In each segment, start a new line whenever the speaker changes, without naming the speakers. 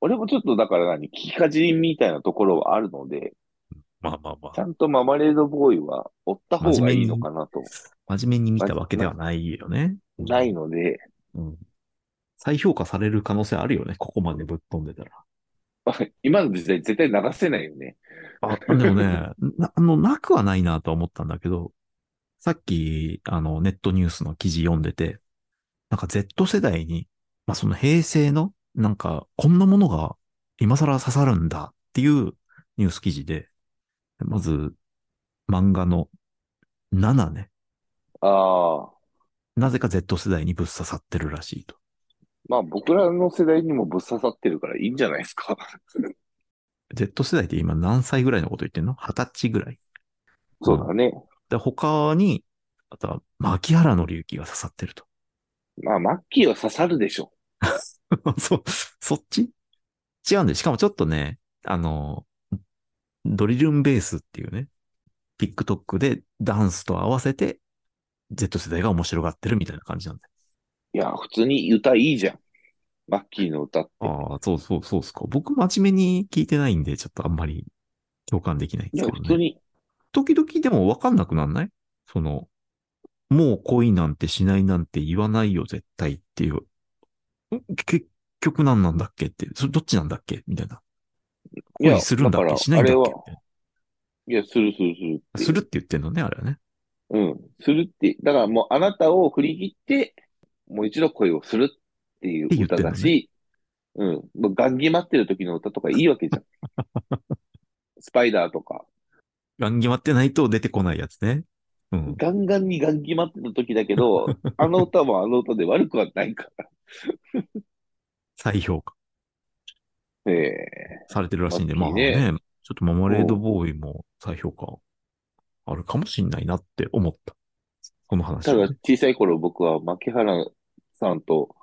俺もちょっとだから何、聞きかじりみたいなところはあるので、
まあまあま
ちゃんとママレードボーイは追った方がいいのかなと。
あ。真面目に見たわけではないよね。
ないので、
うん。再評価される可能性あるよね。ここまでぶっ飛んでたら。
今の時代絶対流せないよね。
あ、 でもね、な、あの、なくはないなとは思ったんだけど、さっき、あの、ネットニュースの記事読んでて、なんか Z 世代に、まあ、その平成の、なんか、こんなものが今更刺さるんだっていうニュース記事で、まず、漫画の7ね、
ああ、
なぜか Z 世代にぶっ刺さってるらしいと。
まあ僕らの世代にもぶっ刺さってるからいいんじゃないですか。
Z 世代って今何歳ぐらいのこと言ってんの ?20 歳ぐらい。
そうだね。
で、他に、あとは、牧原の之が刺さってると。
まあマッキーは刺さるでしょ。
そ、そっち違うんで、しかもちょっとね、あの、ドリルンベースっていうね、TikTok でダンスと合わせて、Z 世代が面白がってるみたいな感じなんで。
いや、普通に歌いいじゃん。マッキーの歌って。
ああ、そうそう、そうっすか。僕真面目に聞いてないんで、ちょっとあんまり共感できないん
い
で
や、
すけ
普
ど
通
ね。
に、
時々でもわかんなくなんないその、もう恋なんてしないなんて言わないよ、絶対っていう。ん結局何なんだっけって、それどっちなんだっけみたいな。
いや
恋するんだ
だ
っ
か
け
ら
しないんだっけ
あれはいや、するするするっていう
するって言ってんのね、あれはね。
うん。するって、だからもうあなたを振り切って、もう一度恋をするっていう
って言って
歌
んの
だし、うん。もうガンギ待ってる時の歌とかいいわけ じゃん。スパイダーとか、
ガン決まってないと出てこないやつね。うん。
ガンガンにガンギ待ってた時だけ ど、あの歌もあの歌で悪くはないか
再評価
ら。ええ
されてるらしいんで、ま
ま
あ
あいいね
ね、ちょっとママレードボーイも再評価あるかもしんないなって思った。この話
た
をね、
だ小さい頃僕は牧原さんと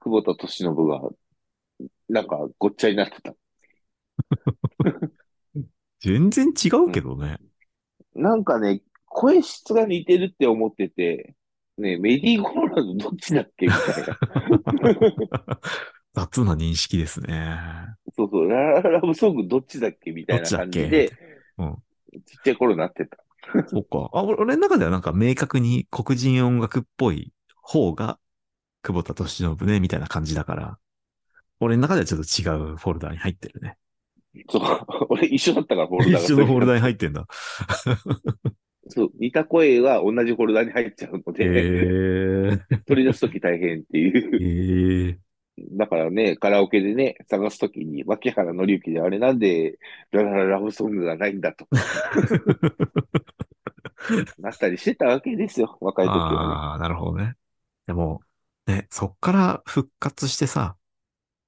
久保田利信が、なんかごっちゃになってた。
全然違うけどね。
なんかね、声質が似てるって思ってて、ね、メリーゴーランドどっちだっけみたい な。
雑な認識ですね。
そうそう、ラララブソングどっちだっけみたいな感じで、
どっちだっ
ちっちゃい頃なってた。
そうか。あ、俺俺の中ではなんか明確に黒人音楽っぽい方が久保田敏信ね、みたいな感じだから。俺の中ではちょっと違うフォルダに入ってるね。
そう、 俺一緒だったから、フォルダが。
一緒のフォルダに入っ てんだ。
そう、似た声は同じフォルダに入っちゃうの
へえ
で、取り出すとき 大変っていう。
ええ
だからね、カラオケでね、探すときに、牧原紀之であれなんで、ララララブソングがないん だと。なったりしてたわけですよ、若い時は
ああ、なるほどね。でも、ね、そっから復活してさ、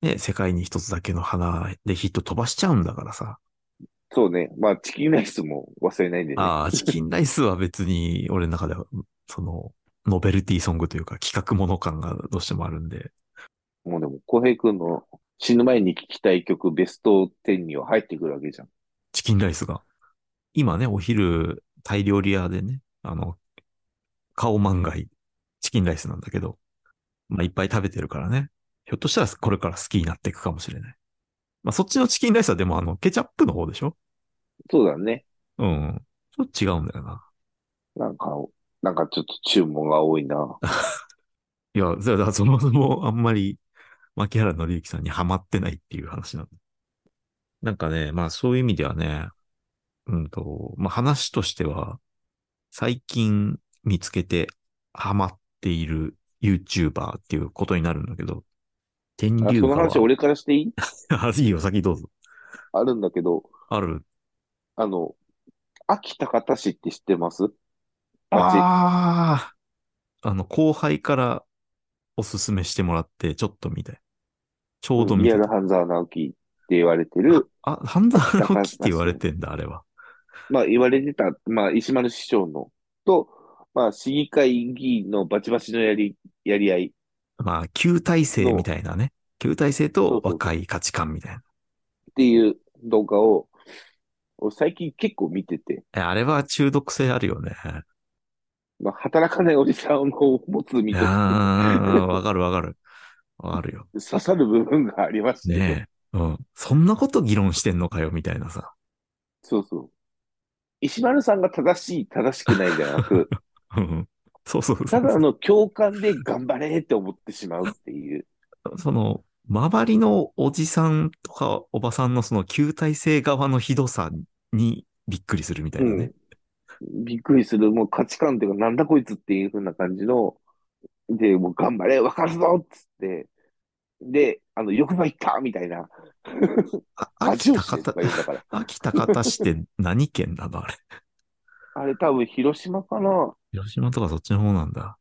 ね、世界に一つだけの花でヒット飛ばしちゃうんだからさ。
ね。そうね。まあ、チキンライスも忘れないんでね。
ああ、チキンライスは別に俺の中では、その、ノベルティソングというか企画もの感がどうしてもあるんで。
もうでも、浩平君の死ぬ前に聴きたい曲ベスト10には入ってくるわけじゃん。
チキンライスが。今ね、お昼、タイ料理屋でね、あの、顔漫外、チキンライスなんだけど、まあ、いっぱい食べてるからね。ひょっとしたらこれから好きになっていくかもしれない。まあ、そっちのチキンライスはでもあの、ケチャップの方でしょ
そうだね。
うん。ちょっと違うんだよな。
なんか、なんかちょっと注文が多いな。
いや、それはそもそもあんまり、牧原の之さんにハマってないっていう話なんだ。なんかね、まあそういう意味ではね、うんと、まあ話としては、最近見つけてハマっている YouTuber っていうことになるんだけど、天
あ
竜
その
川
話俺からしていい
あ、いいよ、先どうぞ。
あるんだけど、
ある。
あの、秋高田市って知ってます町
あああの、後輩からおすすめしてもらって、ちょっと見て。ちょうど見
リ
て
アル半沢直樹って言われてる、
あ、半沢直樹って言われてんだ、あれは。
まあ言われてた、まあ石丸師匠の、と、まあ市議会議員のバチバチのやり、やり合い。
まあ、旧体制みたいなね。旧体制
そ
と
うそう
若い価値観みたいな。
っていう動画を、俺最近結構見てて、
えあれは中毒性あるよね。
まあ、働かないおじさんを持つ
い
見
や
て
ーわかるわかる。わかるよ。
刺さる部分がありまして、
ねうん。そんなこと議論してんのかよ、みたいなさ。
そうそう。石丸さんが正しい、正しくないじゃな く、
うんそうそうそうそ
た
う。
だの共感で頑張れって思ってしまうっていう。
その、周りのおじさんとかおばさんのその球体性側のひどさにびっくりするみたいなね。
びっくりする、もう価値観っていうか、なんだこいつっていう風な感じの、で、もう頑張れ、わかるぞっつって、で、あの、欲張りかみたいな、
あ秋
味を
田
してと
方
か、言うんだから。
秋田方市って何県なのあれ。
あれ多分広島かな
広島とかそっちの方なんだ。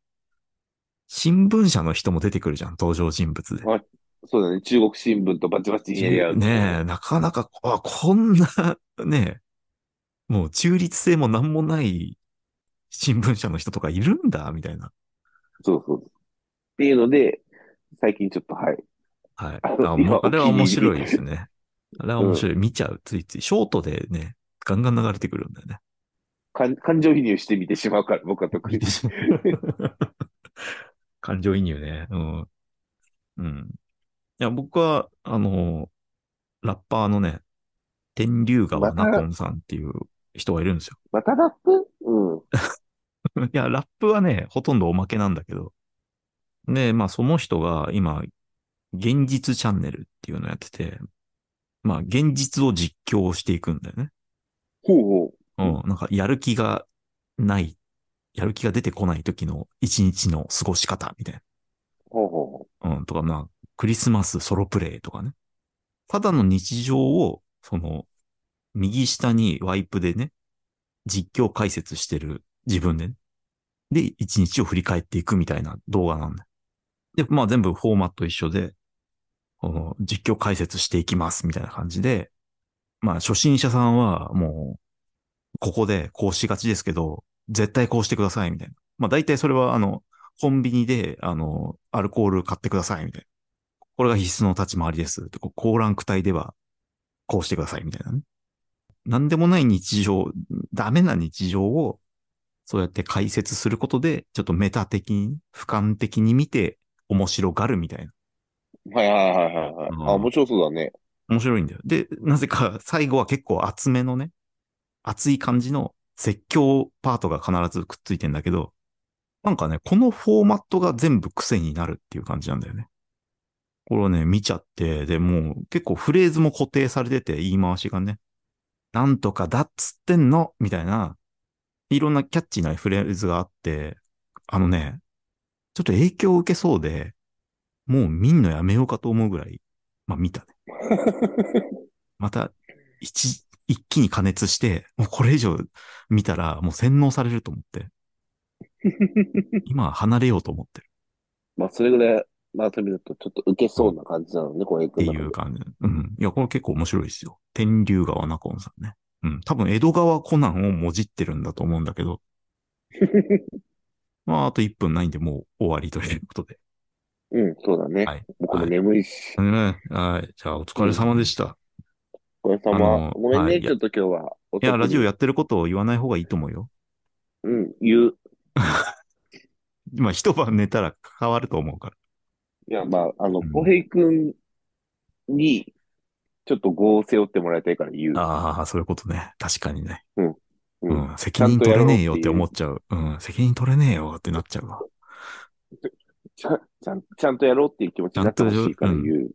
新聞社の人も出てくるじゃん、登場人物で。
はいそうだね、中国新聞とバチバチにやり合う。
ねえ、なかなか、あ、こんな、 ねえ、もう中立性もなんもない新聞社の人とかいるんだ、みたいな。
そうそう。っていうので、最近ちょっと、はい。
はい。
あ
あもう
今
あれは
お気に入り
面白いですね。あれは面白い。見ちゃう、ついつい。ショートでね、ガンガン流れてくるんだよね。
感感情移入して見てしまうから、僕は特に。
感情移入ね。うん。うん。いや、僕は、あの、ラッパーのね、天竜川ナコンさんっていう人がいるんですよ。
またラップうん。
いや、ラップはね、ほとんどおまけなんだけど。で、まあ、その人が今、現実チャンネルっていうのをやってて、まあ、現実を実況していくんだよね。
ほうほう。
うん、なんかやる気がない、やる気が出てこない時の一日の過ごし方みたい
ほうほうほ
な。うん、とか、まあ、クリスマスソロプレイとかね。ただの日常を、その、右下にワイプでね、実況解説してる自分でね。で、一日を振り返っていくみたいな動画なんだよ。で、まあ全部フォーマット一緒で、この実況解説していきますみたいな感じで、まあ初心者さんはもう、ここでこうしがちですけど、絶対こうしてくださいみたいな。まあ大体それはあの、コンビニで、あの、アルコール買ってくださいみたいな。これが必須の立ち回りです。とか高ランク帯ではこうしてくださいみたいなね。なんでもない日常、ダメな日常を、そうやって解説することで、ちょっとメタ的に、俯瞰的に見て、面白がるみたいな。
う。はいはいはいはいはい。
うん
あ、面白そうだね。
面白いんだよ。で、なぜか 最後は結構厚めのね、熱い感じの説教パートが必ずくっついてんだけど、なんかね、このフォーマットが全部癖になるっていう感じなんだよね。これをね、見ちゃって、で、もう結構フレーズも固定されてて、言い回しがね、なんとかだっつってんのみたいな、いろんなキャッチーなフレーズがあって、あのね、ちょっと影響を受けそうで、もう見んのやめようかと思うぐらい、まあ見たね。また一、一気に加熱して、もうこれ以上見たらもう洗脳されると思って、今は離れようと思ってる
まあ、それぐらい、まとめると、ちょっと受けそうな感じなのね、これ。っ
っていう感じ。うん。いや、これ結構面白いですよ。天竜川ナコンさんね。うん。多分江戸川コナンをもじってるんだと思うんだけど。まあ、あと1分ないんでもう終わりということで。
うん、そうだね。
はい。
僕も眠いし。
ねはい。じゃあ、お疲れ様でした。
お疲れ
あの
様。ごめん
は
ね、
い
ちょっと今日は。お
いや、ラジオ
や。
やってることを言わない方がいいと思うよ。
うん、言う。
まあ、一晩寝たら変わると思うから。
いや、まあ、あの
うん、
浩平くんに、ちょっと業を背負ってもらいたいから言う。
ああ、そういうことね。確かにね。
う。
うんん、責任取れねえよっ
ち
て
ゃんとやろ
思
う
っちゃう。うん、責任取れねえよってなっちゃうわ。
ちゃん、ちゃん、ちゃんとやろうっていう気持ちになってほしいから言う。